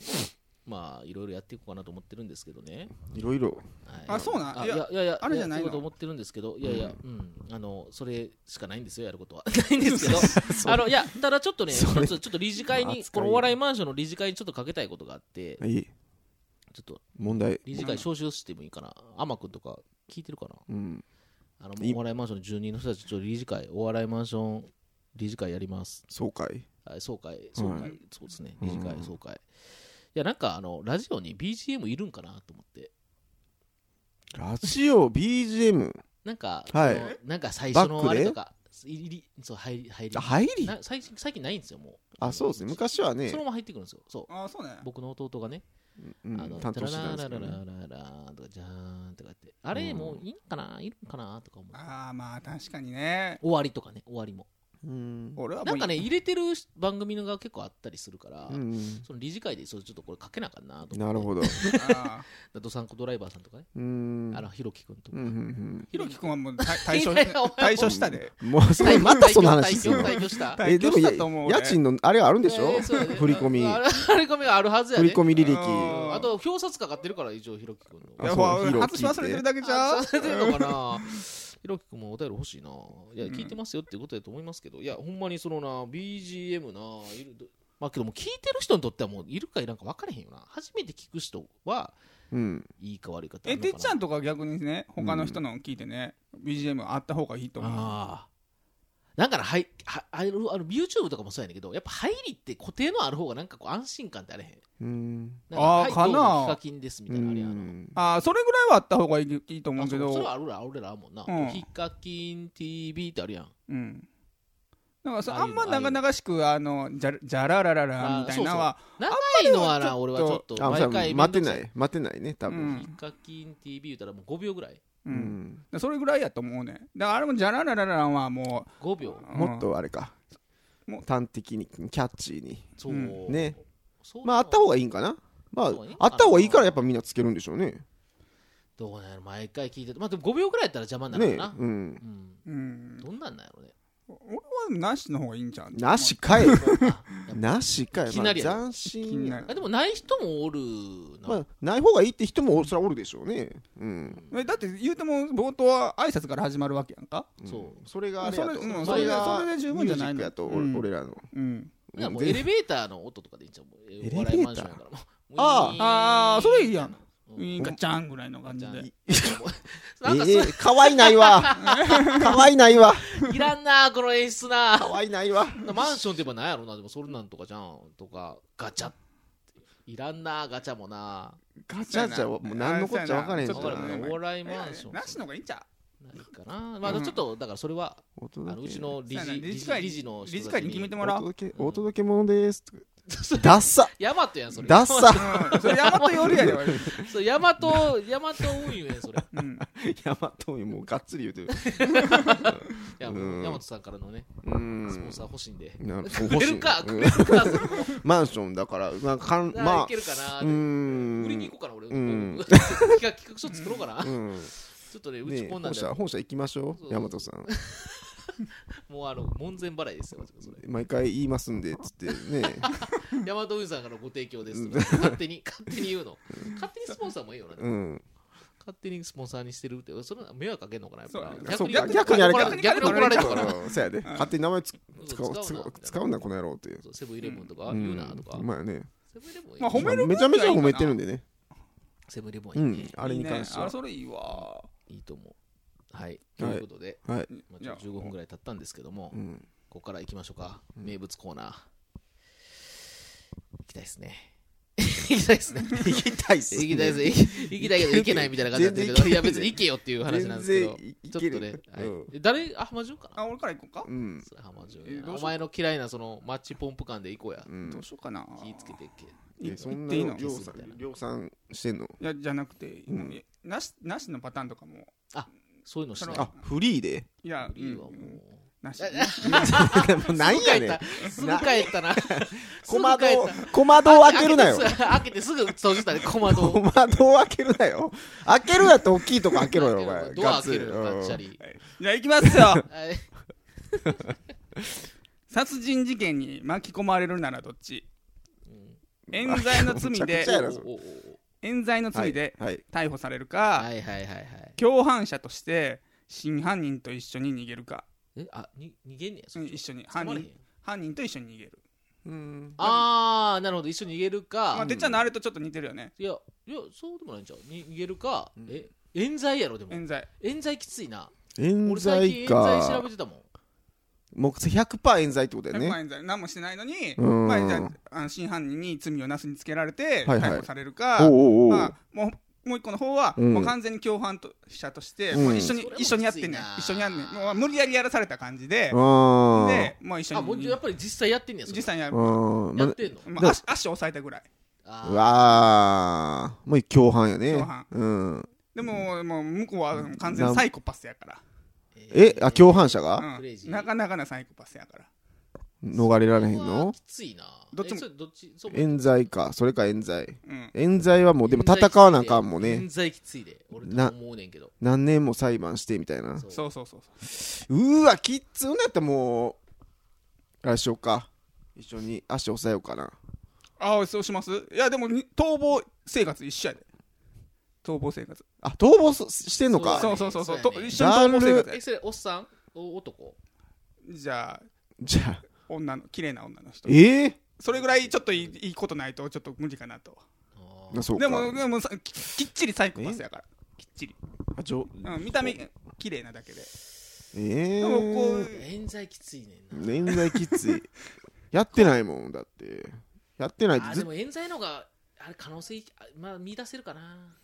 S2: まあいろいろやっていこうかなと思ってるんですけどね、
S3: いろいろ
S2: はい
S1: あそうなん
S2: あい
S1: いや
S2: やいやいや
S1: あるじゃないの
S2: やってこうと思ってるんですけどいやいや、うんあのそれしかないんですよやることは ないんですけど あのいやただちょっとね一
S3: それ
S2: つちょっと理事会に
S3: 扱
S2: こ
S3: い
S2: のお笑いマンションの理事会にちょっとかけたいことがあって
S3: いい
S2: ちょっと
S3: 問題
S2: 理事会招集してもいいかな天くんとか聞いてるかな
S3: うん
S2: あ
S3: い
S2: のお笑いマンションの住人の人たちちょっと理事会お笑いマンション理事会やります
S3: そうかい
S2: あ総会総会、
S3: は
S2: そうですね理事会
S3: うん
S2: 総会いやなんかあのラジオに BGM いるんかなと思って
S3: ラジオ BGM
S2: なんか、
S3: はい
S2: そのなんか最初の
S3: バッ
S2: あ
S3: クで
S2: れとか入りそう入り入り
S3: あ入り
S2: な最近最近ないんですよもう
S3: あそうですね昔はね
S2: そのまま入ってくるんですよそう
S1: ああそうね
S2: 僕の弟がね、
S3: うん
S2: あの
S3: 担当してたんです
S2: ラ
S3: け
S2: ラ
S3: ど
S2: ラ
S3: ね
S2: ラララーンとかじゃーんとかってあれもういいんかないるんかなとか思う
S1: ああまあ確かにね
S2: 終わりとかね終わりも
S3: うん
S1: 俺はも
S2: な
S1: うん
S2: かね入れてる番組のが結構あったりするから、
S3: うん
S2: その理事会でそれちょっとこれかけなあかんなと思って
S3: なるほど
S1: あ
S2: どドサンコドライバーさんとかね、
S3: うん
S2: あのひろきくんとか、
S3: うんうん
S1: ひろきくんはもう対対象
S2: いやいやお前
S1: 対象したで
S3: うんもうそれまたその話する
S2: 退去退去した
S1: 退
S3: え
S1: 去
S3: で
S1: し
S3: も
S1: たと思う
S3: や
S1: 俺
S3: 家賃のあれあるんでし
S2: え
S3: ょ
S2: ーそうやね
S3: 振り込み
S2: あれ振り込みがあるはずや
S3: 振
S2: ね
S3: り込み履
S1: うん
S3: 歴
S2: あと表札かかってるから一応ひろきくんの
S1: いやほ
S3: あそう
S1: ら
S3: ヒロ
S1: 外し忘れてるだけじゃ
S2: あ
S1: う
S2: されてるのかなひろきくんもお便り欲しいな。いや、聞いてますよっていうことだと思いますけど、いや、ほんまにそのな、BGM な、いるどまあけども、聞いてる人にとってはもう、いるかいらんか分からへんよな。初めて聞く人は、
S3: うん
S2: いいか悪いかってあ
S1: え
S2: るのか
S1: て
S2: な
S1: っちゃんとか逆にね他の人の聞いてね BGM あった方がいいと思う
S2: ああ。なんかな、はい、はあの、あの YouTube とかもそうやねんけど、やっぱ入りって固定のある方がなんかこう安心感ってあれへん。
S3: うん
S2: なん
S1: あー
S2: はい
S1: かな
S2: どうもヒカキンですみたいな、あれや
S3: う
S2: の。
S3: ん
S1: ああそれぐらいはあった方がいいいいと思
S2: あ
S1: うけ
S2: そうそれ
S1: ど
S2: はあるら、俺らあるもんな。
S1: うん
S2: ヒカキン TV ってあるやん。
S1: うんだから
S2: あ
S1: さ
S2: あ
S1: あ
S2: いうん
S1: ま
S2: の
S1: 長々しくあのじゃじゃららららみたいなのは
S2: 長いのはな、俺はちょっと、
S3: あ
S2: 毎回
S3: 待てな
S2: めんどく
S3: い待てないね多
S1: う
S2: さ
S1: ん
S2: い。
S3: 分
S2: ヒカキン TV 言うたらもう5秒ぐらい。
S1: う
S3: うんん
S1: だからそれぐらいやと思うねだからあれもじゃらららららはも
S2: 5秒。
S1: ううん
S3: もっとあれか
S1: も
S3: 端的にキャッチーに
S2: そう。
S1: うん
S3: ね
S2: そう。
S3: まああった方がいいんかなまあ
S2: そうね
S3: あった方がいいからやっぱみんなつけるんでしょうね
S2: どうなんやろ、毎回聞いてて。まあでも5秒ぐらいやったら邪魔にな
S3: ね
S2: るかな。
S3: うん
S2: うん。
S1: うん
S2: どんなんなんやろね。
S1: 俺はでもなしの方がいいんじゃん
S3: な しかい
S2: あ
S3: なしか
S2: い
S3: い
S2: き
S3: ま
S2: な
S3: あ
S2: りや
S3: 斬
S1: いき
S3: 新
S1: な
S3: や
S1: り
S2: あでもない人もおるな。
S3: まあない方がいいって人もそりゃおるでしょうねうん
S1: えだって言うても冒頭は挨拶から始まるわけやんか
S2: そう
S3: うんそれがあれやと
S1: それうん
S2: それ
S3: が
S1: それで十分じゃないの
S3: ミュージックやと
S1: うん
S3: 俺俺らの
S1: うん
S2: いやもう
S3: うん
S2: エレベーターの音とかでいいんちゃうもうえ
S3: レベーター
S2: お笑いマンションやからもう
S3: あ
S1: ああそれいいやん
S2: ウ
S1: ウィー
S2: ィーン
S1: ンガチャンぐらいの感じ
S2: ガチ
S1: で
S2: なんかそ
S3: ええかわいな いわかわいないわ
S2: れいらんなこの演出
S3: か
S2: な
S3: わいないわ
S2: マンションって言えばなんやろなでもそれなんとかじゃんとかガチャいらんなガチャもな
S1: ガ
S3: チャじゃもう何のこっちゃ分からへん
S1: ち
S3: し
S1: ょっと
S2: わかる
S1: ね
S2: お笑いマンション
S1: なしの方がいいんちゃ
S2: ないかな。まあ、ちょっと、だからそれは、
S3: 音
S2: あ
S3: だ
S2: の
S3: け
S2: うちの理
S1: そうや
S2: 事、
S1: な理
S2: 理
S1: 事
S2: 事
S1: 会
S2: 理事の人
S1: 理事
S2: た
S1: 会
S2: ち
S1: に決めてもら
S3: お
S1: おう。
S3: 届けお届け物ですとかダ ッサ
S2: ヤマトやん、それ。
S3: ダッサ
S1: うん、それ大和よりやで、俺
S2: そう、ヤマト、ヤマト運輸やん、それ。
S1: うん、
S3: ヤマトにもうがっつり言うてる
S2: いや、
S3: う
S2: も
S3: ん
S2: う、ヤマトさんからのね、
S3: うん
S2: スポンサー欲しいんで。
S3: なる
S2: くれるか、
S3: う
S2: く
S3: ん
S2: れるか、それ
S3: マンションだからまあかん
S2: ならい
S3: まあ
S2: けるかな
S3: う
S2: で。
S3: ん
S2: 売りに行こうかな、俺。
S3: う
S2: 企
S3: ん
S2: 画企画書作ろうかな。ち
S3: うん
S2: ょっとね、う
S3: ね
S2: ち
S3: え
S2: こんなん
S3: 本
S2: で、
S3: 社本社行きましょ
S2: そう
S3: う大和さん
S2: もうあの、門前払いですよ、それ。
S3: 毎回言いますんでっつってね
S2: ヤマト運輸さんからのご提供ですとか。勝手に、勝手に言うの。勝手にスポンサーもいいよな。
S3: うん
S2: 勝手にスポンサーにしてるって、それは迷惑かけんのかな、やっぱ
S1: そう
S3: そう
S1: 逆
S3: 逆
S1: に
S3: にあれか
S2: 逆に逆に怒られるのかな。
S3: うんそうやで勝手に名前つ使お
S2: 使う
S3: う
S2: な
S3: 使う使うんだこの野郎っていう
S2: そうセブンイレブンとか
S3: う
S2: 言うんなとか
S3: う、まいよね
S2: セブンイレブンいい
S1: まあ褒める分
S3: めちゃめちゃ褒めてるん
S1: で。
S3: でね
S2: セブンイレブン
S3: う
S2: いいね
S3: ん あれに関して
S1: いいねあ
S3: は
S1: それいいわ。
S2: いいと思う。はい、ということで、
S3: はい
S2: まあ、ちょっと15分ぐらい経ったんですけども、
S3: うん
S2: ここから行きましょうか、名物コーナー。行きたいですね。 行きたいですね。
S3: 行きたいっす
S2: 行きたいです。行きたいけど行けないみたいな感じなんですけ
S3: 全
S2: ど、
S3: 然
S2: いや別に行けよっていう話なんですけど
S3: 全
S2: ち
S3: 然、行
S2: ょっ
S3: け
S2: とね
S3: る、
S2: はい
S3: うん
S2: え誰、あ、浜城かな
S1: あ、俺から行こうか。
S3: うん
S2: それ浜城
S1: え
S2: やな
S1: どうしよう
S2: お前の嫌いなそのマッチポンプ感で行こうや。
S3: うん
S1: どうしようかな。
S2: 気ぃつけてけ。
S3: えそん
S1: 行っ
S3: な
S1: ていいの
S3: 量産量産してんの
S1: いやじゃなくて、
S3: うん
S1: なしなしのパターンとかも
S2: そういうのしない。
S3: あフリーで
S1: いや
S2: いいわ、も
S1: う。
S2: うん
S1: なし
S3: なんやねん
S2: すぐ帰ったな。
S3: 小窓
S2: すぐ
S3: を
S2: 帰っ
S3: 小
S2: た
S3: 窓を開けるなよ
S2: 開けてす開けてすぐ閉じたね、小窓
S3: 小
S2: を。
S3: 窓を 開けるなよ開けるやったら大きいとこ開けろよお前
S2: ドア開
S3: ガッツ
S2: け
S3: リ
S2: るよ、がっちゃり。
S1: じゃあ行きますよ
S2: はい
S1: 殺人事件に巻き込まれるならどっち
S2: うん
S1: 冤罪の罪で
S3: めちゃくちゃやなそれ
S2: おおお
S1: 冤罪の罪で
S3: はい
S1: 逮捕されるか、
S2: はいはいはいはい。
S1: 共犯者として真犯人と一緒に逃げるか
S2: え、あ、に逃げんねや。
S1: う
S2: そっ
S1: ん
S2: ち
S1: 一緒に
S2: 捕
S1: 犯
S2: まれへん
S1: 人犯人と一緒に逃げる
S3: うん
S2: あー、なるほど、一緒に逃げる
S1: まあ
S2: か。
S1: てっちゃんのあれとちょっと似てるよね
S2: いや、いや、そうでもないんちゃう。に逃げるか
S3: うん。
S2: え、冤罪やろ、でも。
S1: 冤罪
S2: 冤罪きついな。
S3: 冤
S2: 俺最近
S3: 罪
S2: 冤罪調
S3: か
S2: べてたもん。
S3: もう100%冤罪ってことだよ
S1: 100
S3: ね
S1: 冤罪何もしてないのに、
S3: うん
S1: まあ、じゃああの真犯人に罪をなすにつけられて
S3: はいはい
S1: 逮捕されるか、
S3: おうおうおう
S1: まあ、もうもう一個の方は、
S3: うん
S1: もう完全に共犯と者として、
S3: うん
S1: もう一緒に
S2: それも
S1: 一緒にやってん
S2: きつ
S1: ね
S2: い
S1: ん
S2: な
S1: 一緒にやんねんもう無理やりやらされた感じで、で
S3: あ
S1: もう一緒
S2: あ、もう
S1: に
S2: やっぱり実際やってんねや。それ
S1: 実際にやる、
S3: ーうん
S2: や
S3: ま
S2: ってんの。
S1: ま
S3: で
S1: あ、
S3: も
S1: 足足押さえたぐらい
S2: あー
S3: うわーもう共犯やね
S1: 共犯
S3: うん
S1: でも,、もう向こうはもう完全にサイコパスやか
S3: えあ共犯者
S1: ら、
S3: が
S1: う
S2: クレイジ
S1: ん、
S2: ー
S1: なかなかなサイコパスやから
S3: 逃れられへん
S2: うわ
S3: の
S2: きついな
S1: どっちも
S2: えそれどっちそう
S3: 冤罪かそれか冤罪
S1: うん
S3: 冤罪はもうでも戦わなあかんもんね
S2: 冤罪きついで俺
S3: な
S2: 思うねんけど
S3: 何年も裁判してみたいな
S2: そう
S1: そうそうそうそう
S3: うーわきっつうんだったらもうあれしようか一緒に足押さえようかな
S1: ああそうしますいやでもに逃亡生活一緒やで逃亡生活
S3: あ逃亡そしてんの
S2: あ
S3: か
S1: そうそうそうそう
S2: そうやね
S1: と一緒に逃亡生活や
S2: えそれおっさんお男
S1: じゃあ
S3: じゃあ
S1: 女の綺麗な女の人
S3: ええ
S1: それぐらいちょっといいいいことないとちょっと無理かなと
S2: あ
S3: ー、
S2: ー
S3: そうか
S1: でもでもさききっちりサイコパスやからきっちり、
S3: あちょ
S1: うん、見た目綺麗なだけで
S3: ええ
S1: でもこう
S2: 冤罪きついねんな
S3: 年代きつい やってないもんだってやってない
S2: あー
S3: と
S2: で
S3: ず
S2: も冤罪の方があれ可能性あまあ見出せるかな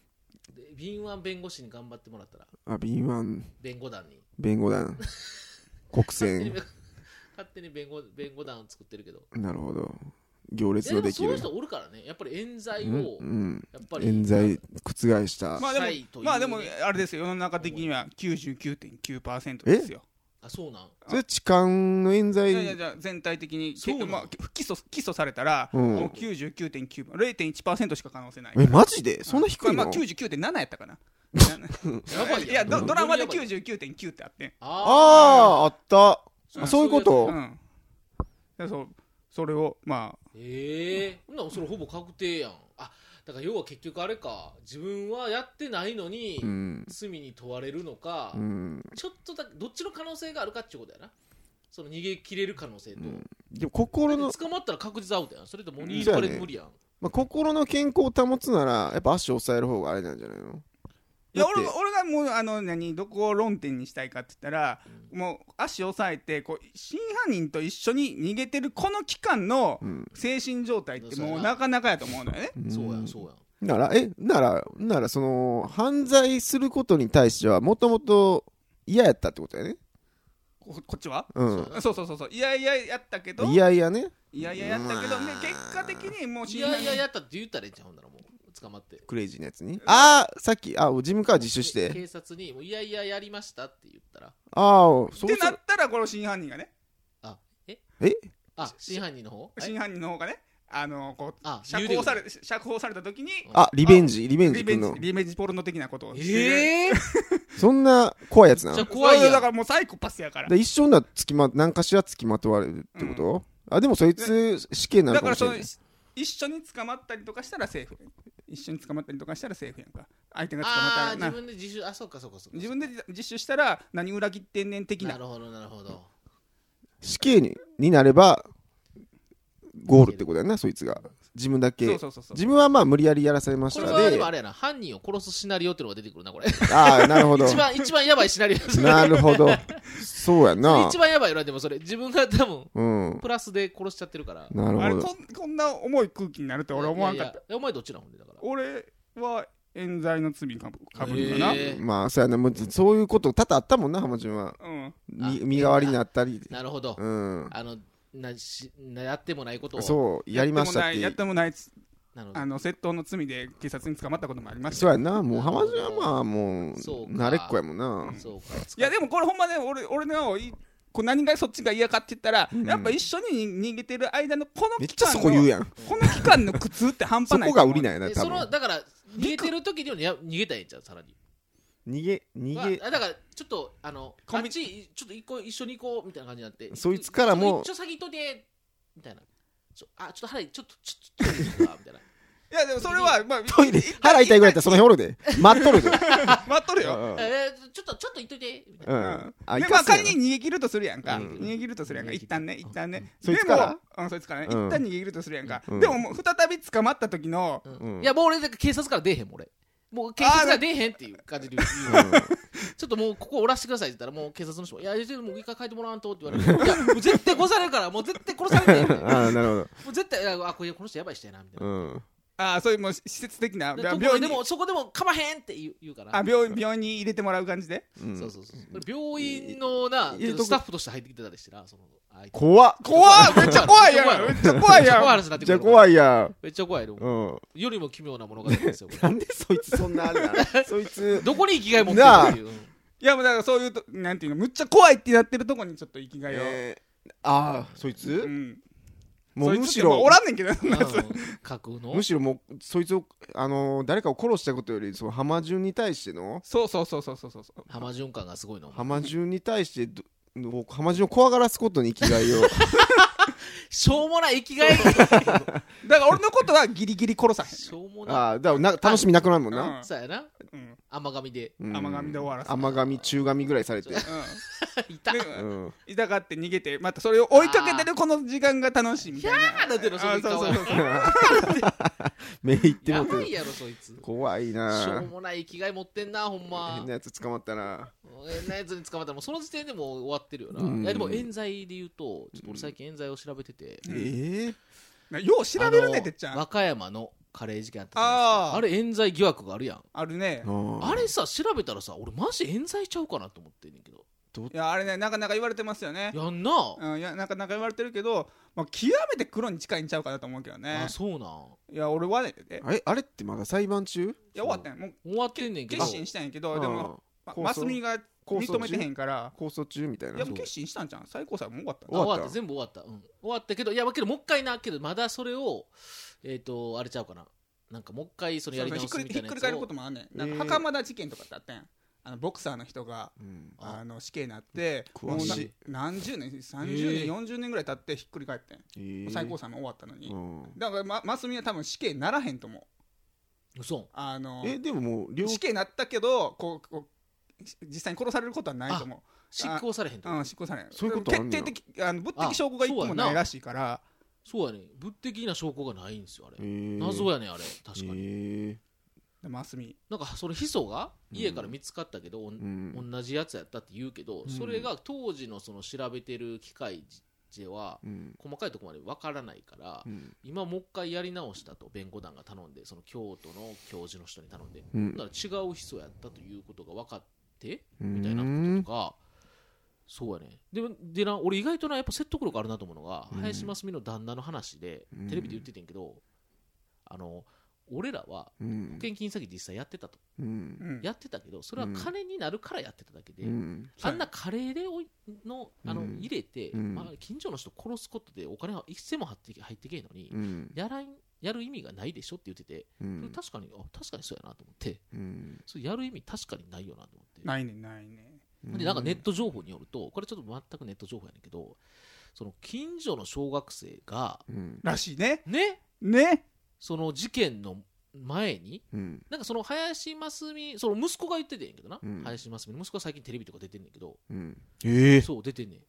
S2: で敏腕弁護士に頑張ってもらったら
S3: あ敏腕
S2: 弁護団に
S3: 弁護団国
S2: 勝手に
S3: 選
S2: 勝手に弁護弁護団を作ってるけど
S3: なるほど行列
S2: いや
S3: の
S2: でも
S3: で
S2: そ
S3: き
S2: ういう
S3: る
S2: 人おるからねやっぱり冤罪
S3: うん
S2: を
S3: うん
S2: やっぱり
S3: 冤罪覆した
S1: まあでも
S2: 臭いというね
S1: まあでもあれですよ世の中的には99.9%ですよ
S2: あそうなん
S3: それ痴漢の冤
S1: い
S3: 罪
S1: やいやじゃあ全体的に
S2: そうなの
S1: まあ、起訴起訴されたら、
S3: うん
S1: もう99.9 0.1%しか可能性ない
S3: えマジでそんな低いの、
S1: まあ、まあ99.7やった かな や
S2: やばいやん
S1: いやドドラマで
S2: 本当にやばい
S1: 99.9ってあってん
S3: あああった
S1: うん
S3: あそういうこと
S1: うんでそうそれをまあ
S2: ええほんならそれほぼ確定やんあだから要は結局あれか自分はやってないのに、
S3: うん
S2: 罪に問われるのか、
S3: うん
S2: ちょっとだけどっちの可能性があるかっていうことやなその逃げ切れる可能性と、
S3: でも心の、
S2: 捕まったら確実アウトやんそれともう逃げ
S3: そうや
S2: れ
S3: ね
S2: て無理やん、
S3: まあ、心の健康を保つならやっぱ足を抑える方があれなんじゃないの
S1: いや
S3: だって
S1: 俺が俺がもうあの何どこを論点にしたいかって言ったら、もう足を押さえてこう真犯人と一緒に逃げてるこの期間の
S3: うん
S1: 精神状態って
S2: そう
S1: もう
S2: やな
S1: なかなかやと思うのよね
S3: ん
S2: そうやんそうやん
S3: ならえならならその犯罪することに対してはもともと嫌やったってことやね
S1: ここっちは
S3: うん
S1: そうそうそうそういやいややったけど
S3: いやいやね
S1: いやいややったけど、ね
S3: うわ、ー
S1: 結果的にもう
S2: い
S1: 信
S2: や
S1: 頼
S2: いややったって言ったらいいんちゃうんだろもう捕まって
S3: クレイジーなやつにああさっきあ自分から自首し
S2: け
S3: て
S2: 警察にもういやいややりましたって言ったら
S3: ああそ
S1: っ
S3: う
S1: てな
S3: そ
S1: ったらこの真犯人がね
S2: あえ
S3: え
S2: あ真犯人の方え
S1: 真犯人の方がねあのこう
S2: あ
S1: 釈放され釈放された時に
S3: あリベンジリベン
S1: リ
S3: ジ
S1: ベン
S3: 君
S1: ジ
S3: の
S1: リベンジポルノ的なことをしてる
S2: ええ
S3: そんな怖いやつな
S2: めっ
S3: の
S2: ちゃ怖い
S1: そうだか
S2: や
S1: らもうサイコパスやから
S3: で一緒にはつきま何かしらつきまとわれるってこと、あでもそいつ死刑になる
S1: だ
S3: か
S1: か
S3: も
S1: ら
S3: し
S1: そ
S3: れ
S1: の
S3: ない
S1: 一緒に捕まったりとかしたらセーフ一緒に捕まったりとかしたらセーフやんか相手が捕まった
S2: ああ
S1: ら
S2: 自
S1: な
S2: 分で自首あそうかそうかそうか
S1: 自分で実習したら何裏切ってんねん的
S2: な
S1: な
S2: るほどなるほど
S3: 死刑にになればゴールってことやなそいつが自分だけ
S1: そうそうそうそう
S3: 自分はまあ無理やりやらされまし
S2: これ
S3: た
S2: は
S3: で
S2: でもあれやな犯人を殺すシナリオっていうのが出てくるなこれ
S3: ああなる ほど
S2: 一番一番やばいシナリオ です
S3: なるほどそうやな
S2: 一番やばいよなでもそれ自分が多分
S3: うん
S2: プラスで殺しちゃってるから
S3: な
S1: あ
S3: る
S1: れ
S3: ほ
S1: こ
S3: ど
S1: んこんな重い空気になるって俺思わんかった
S2: いやいやえお前どっちなのほんでだから
S1: 俺は冤罪の罪かぶかぶるかな、
S2: へえ
S3: まあそうやなもうそういうこと多々あったもんな浜順は
S1: うん
S3: に
S2: あ
S3: 身代わりになったり
S2: なるほど
S3: うん
S2: あのなしなやってもないことを
S3: そうやりましたってい
S1: やっ
S3: う
S1: てもないやっても
S2: なるほ
S1: ない
S2: ど
S1: あの窃盗の罪で警察に捕まったこともありました
S3: そうやなもう浜順はまあもう
S2: そうか
S3: 慣れっこやもんな
S2: そうか
S1: いやでもこれほんまね俺俺のいこう何がそっちが嫌かって言ったら、やっぱ一緒に逃げてる間のこ
S3: め
S1: の
S3: っ
S1: 期
S3: ちゃ
S1: 間
S3: そ
S1: の
S3: こ言うやん
S1: この期間の苦痛って半
S3: そ
S1: 端ない
S3: こが売りなん
S1: い
S3: やな
S2: で
S3: 多
S2: そ
S3: 分
S2: のだから逃げてる時にはや逃げたいんじゃんさらに
S3: 逃げ逃げ
S2: あだからちょっとあの
S1: コ
S2: こ
S1: ンビ
S2: っちちょっと一個一緒に行こうみたいな感じになって
S3: そいつからも
S2: ちょっと先行っといてみたいなちょあちょっと腹いちょっとちょっとトイレ行こうかみたいな
S1: いやでもそれはまあ
S3: トイレ腹痛いぐらいやったらその辺おるで待っとる で
S1: 待っとる
S3: う
S1: よ、
S3: ん
S2: えーちょっとちょっと行っといてみたいな
S3: う
S1: うん
S3: あ
S1: で
S3: 行
S1: まあ
S3: かせ
S1: 仮
S3: んや
S1: に
S3: な
S1: 逃げ切るとするやんか、
S2: うん
S1: 逃げ切るとするやんか
S2: 逃げ切
S1: 一
S2: る
S1: 旦ね一旦ね、
S3: そい
S1: で
S3: つ
S1: も
S3: から
S1: うんそいつからね、
S3: うん
S1: 一旦逃げ切るとするやんか、
S3: うん
S1: でももう再び捕まった時の、
S2: うん
S3: うん
S2: いやもう俺だから警察から出えへんもん俺もう警察から出えへんっていう感じで言う言うちょっともうここおらしてくださいって言ったらもう警察の人も「いやいやもう一回書いてもらわんと」って言われて「いやもう絶対殺されるからもう絶対殺されるって」
S3: うん
S2: も
S3: ああなるほど
S2: う絶対いやあこれこの人やばい人やなみたいな
S3: うん
S1: ああそういうもう施設的な
S2: で
S1: 病
S2: ところ
S1: 院
S2: で
S1: に
S2: もそこでもかまへんって言う言うから
S1: あ病院病院に入れてもらう感じで
S3: うん
S2: そうそうそう病院のな
S3: 入れとく
S2: スタッフとして入ってきてたりしてなそのあいつ
S3: 怖っ
S1: 怖っめっちゃ怖いやんめっちゃ怖い
S2: めっちゃ
S1: や
S2: 怖い
S1: ん
S2: 話になって
S3: じ
S2: くる
S3: ゃあ怖
S2: い
S3: いやん
S2: めっちゃ怖いの
S3: うん
S2: よりも奇 妙な物語ですよこ
S3: な
S2: れ
S3: んでそいつそんなあれなの そいつ
S2: どこに生きがい持ってるっていううん
S1: いやもうだからそういうとなんていうのむっちゃ怖いってなってるとこにちょっと生きがいを、
S3: えーああそいうつ
S1: ん、
S3: も
S1: そういつ
S3: むし
S1: っても
S3: ろ
S1: うおらんねんけどな
S2: うん
S1: そんなやつ
S2: 架空の
S3: むしろもうそいつをあのー誰かを殺したことよりその浜順に対しての
S1: そうそうそうそうそうそうそう
S2: 浜循環がすごいの
S3: 浜順に対してどの浜順を怖がらすことに生きがいを
S2: しょうもない生きがい
S1: だから俺のことはギリギリ殺さへ
S2: しょうもな
S3: ああだからな楽しみなくなるもんな、
S1: あ
S2: いさやな
S1: うん
S2: 甘噛みで
S3: うん
S1: 甘噛みで終わらす
S3: 甘噛み中噛みぐらいされて
S2: いた
S1: う
S3: うん
S1: で
S3: ん
S1: 痛がって逃げてまたそれを追いかけてるこの時間が楽しいみ
S2: キャ
S1: たいな
S2: ーなってるのその
S1: あ
S2: 顔
S1: そうそう
S3: 目いって
S2: や
S3: もて
S2: ば
S3: る
S2: いやろそいつし
S3: 怖い
S2: ょう
S3: な
S2: もない生きがい持ってんなほんま
S3: 変なやつ捕まったな
S2: 変なやつに捕まったらもうその時点でもう終わってるよな、
S3: うん
S2: いやでも冤罪で言うとちょっと俺最近冤罪を調べてて、
S1: うん
S3: ええ
S1: なよう調べるねてっちゃ
S2: あ
S1: んあ
S2: の和歌山のカレー事件あったじゃない
S1: あ
S2: ですか
S1: ー
S2: あれ冤罪疑惑があるやん
S1: るね
S2: あれさ調べたらさ俺マジ冤罪ちゃうかなと思ってんねんけど
S1: いやあれねなかなか言われてますよね
S2: やんな、
S1: うんいやなかなか言われてるけど、まあ、極めて黒に近いんちゃうかなと思うけどね
S2: あそうなん
S1: いや俺はねえ
S3: あれあれってまだ裁判中
S1: いや終わったんやもう
S2: 終わってんねんけど
S1: 決心したんやけどでも、
S3: あ
S1: ま、
S3: ー
S1: マスミが
S3: 控訴
S1: 認めてへんから
S3: 控訴中みたい
S1: い
S3: な
S1: やもう決心したんじゃん最高裁もう終わったん
S2: 終
S1: だ
S2: わっ
S3: 終わ
S2: た
S3: った
S2: 全部終わった、うん、終わったけどいやけどもう一回なけどまだそれをえっ、とあれちゃうかななんかもう一回そのやり直
S1: ひっ
S2: す
S1: く
S2: み
S1: り
S2: た
S1: ひ
S2: い
S1: っ
S2: な
S1: く
S2: や
S1: り
S2: つ
S1: 返る
S2: を
S1: こともあんねんなん
S3: えー
S1: か袴田事件とかってあったやんあのボクサーの人が
S3: うん
S2: あ
S1: あの死刑になって
S3: 詳しい
S1: もうな何十年30年、
S2: えー
S1: 40年ぐらい経ってひっくり返ってん
S3: えー
S1: 最高裁も終わったのに、
S3: うん
S1: だから、ま、マスミは多分死刑にならへんと思う
S2: 嘘
S1: あの
S3: えでももう両
S1: 死刑になったけどこうこうし実際に殺されることはないと思
S2: 執行されへんと
S1: う、うん、執行されん
S3: そういうことあん
S1: 決
S3: ね
S1: 定
S3: や
S1: 的あの物的証拠が一個
S2: あ
S1: も
S2: そうやな
S1: ないらしいから
S2: そうやね物的な証拠がないんですよあれ、謎
S3: 謎
S2: やねあれ確かに、
S3: に
S1: でマスミ
S2: なんかそのヒ素が
S3: うん
S2: 家から見つかったけど、おん
S3: うん
S2: 同じやつやったって言うけど、
S1: ん
S2: それが当時のその調べてる機械では
S3: うん
S2: 細かいところまでわからないから、
S3: うん
S2: 今もう一回やり直したと弁護団が頼んでその京都の教授の人に頼んで、
S3: うん
S2: だから違うヒ素やったということが分かっててみたいなこととかそうやねででな俺意外となやっぱ説得力あるなと思うのが
S3: うん
S2: 林真澄の旦那の話で
S3: うん
S2: テレビで言っててんけどあの俺らは
S3: うん
S2: 保険金詐欺実際やってたと
S3: うん
S1: うん
S2: やってたけどそれは金になるからやってただけで
S3: うん
S2: あんなカレーでおいのあの
S3: うん
S2: 入れて
S3: うん
S2: まあ近所の人殺すことでお金は一銭も入ってけ入ってけえのに
S3: うん
S2: やらんやる意味がないでしょって言ってて
S3: うん
S2: 確かにあ確かにそうやなと思って
S3: うん
S2: それやる意味確かにないよなと思って
S1: ないねないね
S2: でなんかネット情報によるとこれちょっと全くネット情報やねんけどその近所の小学生が
S3: うん
S1: らしいね
S2: ね
S1: ね
S2: その事件の前に
S3: うん
S2: なんかその林真澄その息子が言っててんやけどな、
S3: うん
S2: 林真澄息子は最近テレビとか出てんねんけど
S3: うんええ
S2: そう出てんねん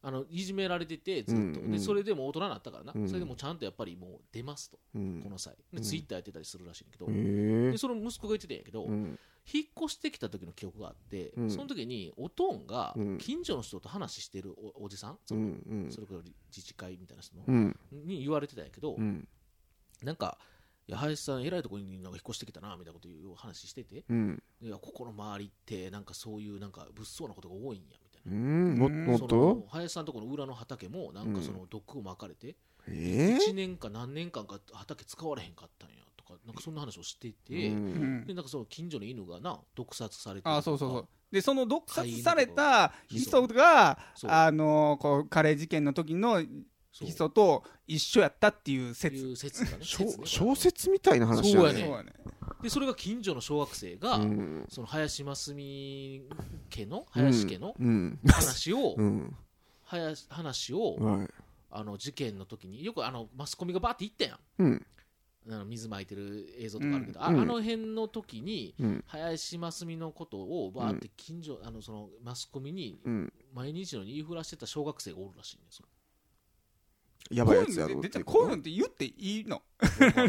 S2: あのいじめられててずっと、
S3: うんうん
S2: でそれでもう大人になったからな、
S3: うん
S2: それでもちゃんとやっぱりもう出ますと
S3: うん
S2: この際
S3: う
S2: で
S3: ん
S2: ツイッターやってたりするらしいんだけど、
S3: ええ
S2: でその息子が言ってたんやけど、
S3: うん
S2: 引っ越してきた時の記憶があって、
S3: うん
S2: その時におとんが
S3: うん
S2: 近所の人と話してるおおじさん、
S3: うんうん
S2: それこそ自治会みたいな人の、
S3: うん
S2: に言われてたんやけど、
S3: うん
S2: なんか、いや林さん、偉いところになんか引っ越してきたなみたいなこという話してて、
S3: うん
S2: いやここの周りって、なんかそういうなんか物騒なことが多いんやみたいな。
S3: うんももっ
S2: そ
S3: と
S2: の林さんのところの裏の畑もなんかその毒をまかれて、
S3: え
S2: 1年か何年間か畑使われへんかったんやとかなんかそんな話をして
S3: え
S2: て、
S1: う
S3: うん
S1: ん
S2: でなんかその近所の犬がな毒殺されてるとか
S1: あそうそうそうでその毒殺された人が
S2: そう
S1: あのこうカレー事件の時の
S2: そう
S1: 人と一緒やったっていう
S2: い
S1: 説
S2: う説がね
S3: 小
S2: 説ね
S3: 小説みたいな話だ
S2: そうや
S1: そう
S2: ね
S1: やね
S2: でそれが近所の小学生が、
S3: うん
S2: その林真澄家の林家の
S3: うん
S2: 話を、
S3: うん
S2: 林話を、
S3: はい
S2: あの事件の時によくあのマスコミがバーって行ったやん
S3: うん
S2: あの水まいてる映像とかあるけど、
S3: うん
S2: あ
S3: うん
S2: あの辺の時に
S3: うん
S2: 林真澄のことをバーって近所、あのそのマスコミに
S3: うん
S2: 毎日のように言いふらしてた小学生がおるらしいねんそれ
S3: や
S1: こ
S3: ば
S1: うい
S3: いや
S1: う
S3: つ
S1: の
S3: や
S1: って
S3: ろうって
S1: 出
S3: い
S1: て
S3: う
S1: こういう
S3: こ
S1: のって言っていいの
S2: い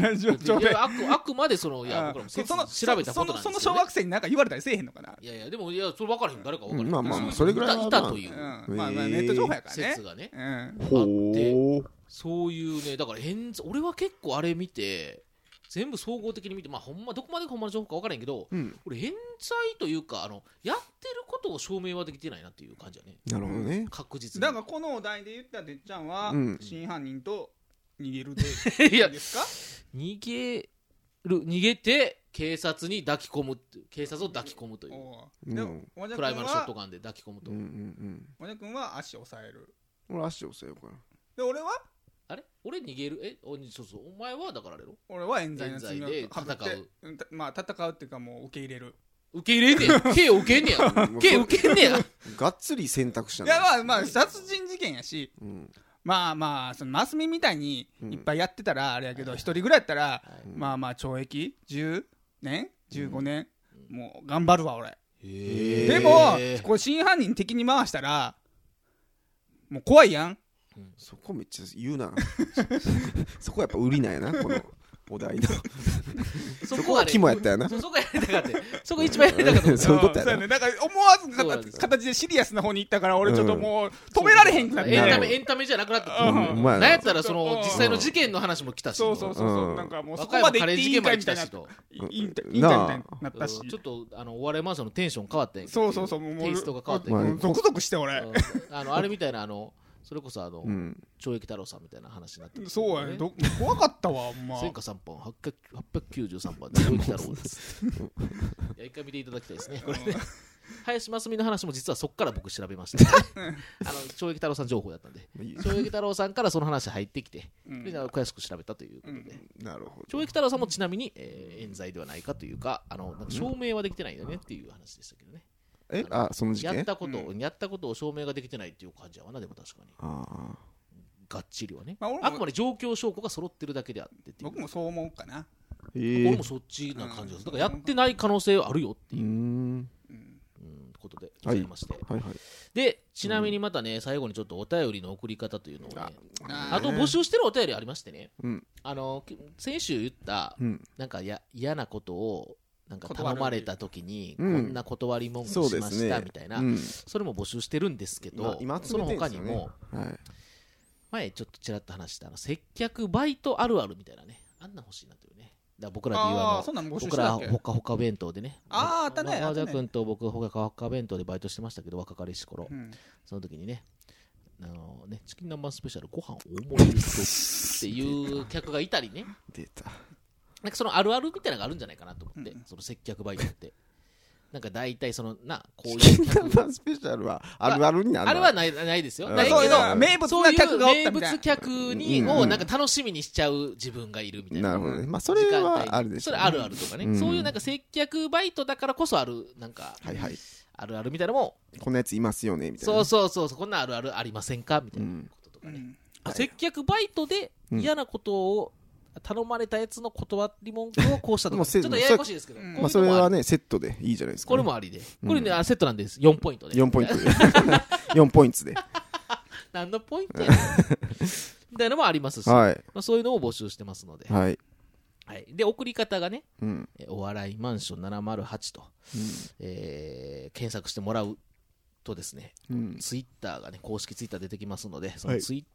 S1: ラジオ上
S2: や
S1: で
S2: いやあくあくまでそのい
S1: あ
S2: や僕らも説
S1: その
S2: 調べたことなんです
S1: そ
S2: けど、ね、
S1: のその小学生に何か言われたりせえへんのかない
S2: やいやでもいやそれ分からへん誰か分からへん、
S3: うんまあまあ
S2: ういう人
S3: それぐらい
S2: た
S3: は
S2: た
S3: まあ
S2: といううんう
S1: まあまあネット情報やからね
S2: 説がね
S1: うん
S3: とほ
S2: そういうねだから変俺は結構あれ見て全部総合的に見てまあほんまどこまでほんまの情報か分からへんけど
S3: ううん
S2: 俺冤罪というかあのやってることを証明はできてないなっていう感じやね
S3: なるほどね
S2: 確実に
S1: だからこのお題で言ったてっちゃんは
S3: うん
S1: 真犯人と逃げる で
S2: いや
S1: いいですか
S2: 逃げる逃げて警察に抱き込むっていう警察を抱き込むという
S1: お
S3: う
S1: うんでもおじゃ
S2: プライマ
S1: 君
S2: ルショッ
S1: は
S2: トガンで抱き込むと、
S3: うんうんうん
S1: おじゃ君は足押さえる
S3: 俺足押さえようかな
S1: で俺は
S2: あれ俺逃げるえおそうそうお前はだからあれろ
S1: 俺は冤罪の罪を
S2: 冤罪で
S1: かぶって
S2: 戦う
S1: うんたまあ戦うっていうかもう受け入れる
S2: 受け入れん ねや刑受けんねや刑受けんねや
S3: がっつり選択肢
S1: い
S3: な
S1: や
S3: の
S1: まあまあ殺人事件やし
S3: うん
S1: まあまあそのマスミみたいに
S3: うん
S1: いっぱいやってたらあれやけど一人ぐらいやったら
S3: うん
S1: まあまあ懲役10年15年もう頑張るわ俺
S3: へー
S1: でもこれ真犯人敵に回したらもう怖いやん
S3: そこめっちゃ言うな そこやっぱ売りなんやなこのお題の
S2: そ
S3: そこが肝やったよな
S2: そうそこがやりたかったそこ一番やりたかった
S3: そういうこと
S1: んそ
S3: や
S1: ね
S3: な
S1: だから思わず
S2: そうなんで
S1: 形
S2: すよ
S1: 形でシリアスな方に行ったから俺ちょっともう止められへんくなっ
S2: エン
S1: て
S2: タメエンタメじゃなくなった
S1: うん
S3: うんまあな
S2: なんやったらその
S1: うん
S2: 実際の事件の話も来たし
S1: そうそうそうそううんなんかもうそ
S2: 和
S1: こま
S2: 歌山
S1: で
S2: カ
S1: 行っ
S2: レー
S1: て
S2: 事
S1: いいん
S2: 件ま
S1: か
S2: で
S1: い
S2: 来
S1: みた
S2: た
S1: いないいんたい
S2: しと
S1: いん
S3: な
S1: か
S3: あ
S1: いみたいになったし
S2: うんちょっとあのお笑いマンションのテンション変わったんやけど
S1: そうそうそうもう
S2: テイストが変わったん
S3: ま
S2: や
S3: あ
S1: もうゾクゾクして俺
S2: けどうんあのあれみたいなあのそれこそあの
S3: うん
S2: 懲役太郎さんみたいな話になって
S1: そうやねど怖かったわほんま
S2: 戦火3本893番で懲役太郎ですいや一回見ていただきたいですねこれね林真澄の話も実はそっから僕調べました、あの懲役太郎さん情報やったんで
S3: いい
S2: 懲役太郎さんからその話入ってきて、
S1: うん
S2: で詳しく調べたということで、
S3: なるほど
S2: 懲役太郎さんもちなみに、えー冤罪ではないかというかあのなんか証明はできてないよねっていう話でしたけどね
S3: えあその事
S2: やっ
S3: 件
S2: たことを、やったことを証明ができてないっていう感じやわなでも確かに
S3: ああ
S2: がっちりはね、
S1: まあ俺も
S2: あくまで状況証拠が揃ってるだけであってっていう
S1: 僕もそう思うかな
S3: え
S2: 俺
S3: え
S2: もそっちな感じですだからやってない可能性はあるよって
S3: う
S2: い
S3: ー
S2: う、
S3: ん
S2: うんことでございまして、
S3: はいはい
S2: でちなみにまたね最後にちょっとお便りの送り方というのをね
S1: あ
S2: あと募集してるお便りありましてね、
S3: うん
S2: あのき先週言った、
S3: うん
S2: なんかや嫌なことをなんか
S1: 断
S2: 頼
S1: る
S2: まれた時にこ
S3: うん
S2: んな断り文句
S3: そう
S2: し
S3: で
S2: ますした、
S3: ね
S2: みたいな、
S3: うん
S2: それも募集してるんですけど
S3: 今今集
S2: その
S3: めてん
S2: 他
S3: す
S2: に
S3: よね
S2: も
S3: はい
S2: 前ちょっとちらっと話したあの接客バイトあるあるみたいなねあんなん欲しいなというねだから僕らで言う
S1: あ
S2: あ
S1: あそんなん募
S2: の
S1: 集し
S2: 僕
S1: てた
S2: ら
S1: っけ
S2: ほかほか弁当でね
S1: あーあったね
S2: ま
S1: あ
S2: あ
S1: っ
S2: じ
S1: た
S2: ゃ
S1: ね
S2: 君と僕ほかほか弁当でバイトしてましたけど若かりし頃
S1: うん
S2: その時にねあのねチキン南蛮スペシャルご飯大盛りですっていう客がいたりね
S3: 出 た
S2: なんかそのあるあるみたいなのがあるんじゃないかなと思って、
S1: うんうん
S2: その接客バイトって。なんか大体そのな、こういう
S3: ナン
S2: 客。
S3: バースペシャルはあるあるになる
S2: あれはないないですよ。
S3: うん
S2: ないけ
S1: そういう
S2: ど、
S1: 名物
S2: そうい
S1: な客
S2: う
S1: がおっ
S2: 名
S1: たみたいな
S2: 物客に
S3: うん
S2: をなんか楽しみにしちゃう自分がいるみたいな。
S3: なるほどねまあそ
S2: そ
S3: れはあるでし
S2: そ
S3: ょう
S2: れ
S3: ね
S2: あるあるとかね、
S3: うん
S2: そういうなんか接客バイトだからこそある、なんか、
S3: はいはい
S2: あるあるみたいなのも、
S3: こんなやついますよねみたいな
S2: そうそうそうそう、こんなあるあるありませんかみたいなこととか
S1: う
S2: ね。
S1: ん
S3: はい
S2: 接客バイトで嫌なことを頼まれたやつの断り文句をこうしたと
S3: も
S2: か、
S3: う
S2: ち
S3: せ
S2: ょっとややこしいですけど、
S1: う
S2: こ
S1: ん
S2: ういう
S3: まあ
S2: の
S3: それ
S2: もある
S3: はねセットでいいじゃないですか、
S2: これもありで。これね、あセットなんです。4ポイントで。
S3: 4ポイントで 4ポイン トで
S2: 何のポイン トやねんみたいなのもありますし、ま
S3: はい
S2: あ、そういうのを募集してますので。
S3: はい
S2: はい。で、送り方がね、
S3: うん
S2: えお笑いマンション708と、えー検索してもらうとですね、
S3: うん
S2: ツイッターがね、公式ツイッター出てきますので、そ
S3: は
S2: の
S3: い
S2: ツイッタ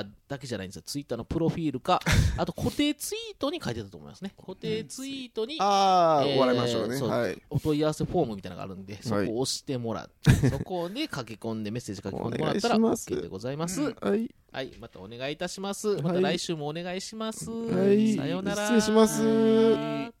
S2: ーだけじゃないんですよ。ツイッターのプロフィール か、あと固定ツイートに書いてたと思いますね。固定ツイートに、
S3: ああ、
S2: えー
S3: お笑いましょうね
S2: そう
S3: はい
S2: お問い合わせフォームみたいなのがあるんで、そこを押してもらって、 そこで書き込んで、メッセージ書き込んでもらったら、
S3: お願いします
S2: OK でございます。
S1: うん
S3: はい
S2: はい、またお願いいたします。また来週もお願いします。
S3: はい
S2: さようなら。
S3: 失礼します
S2: はい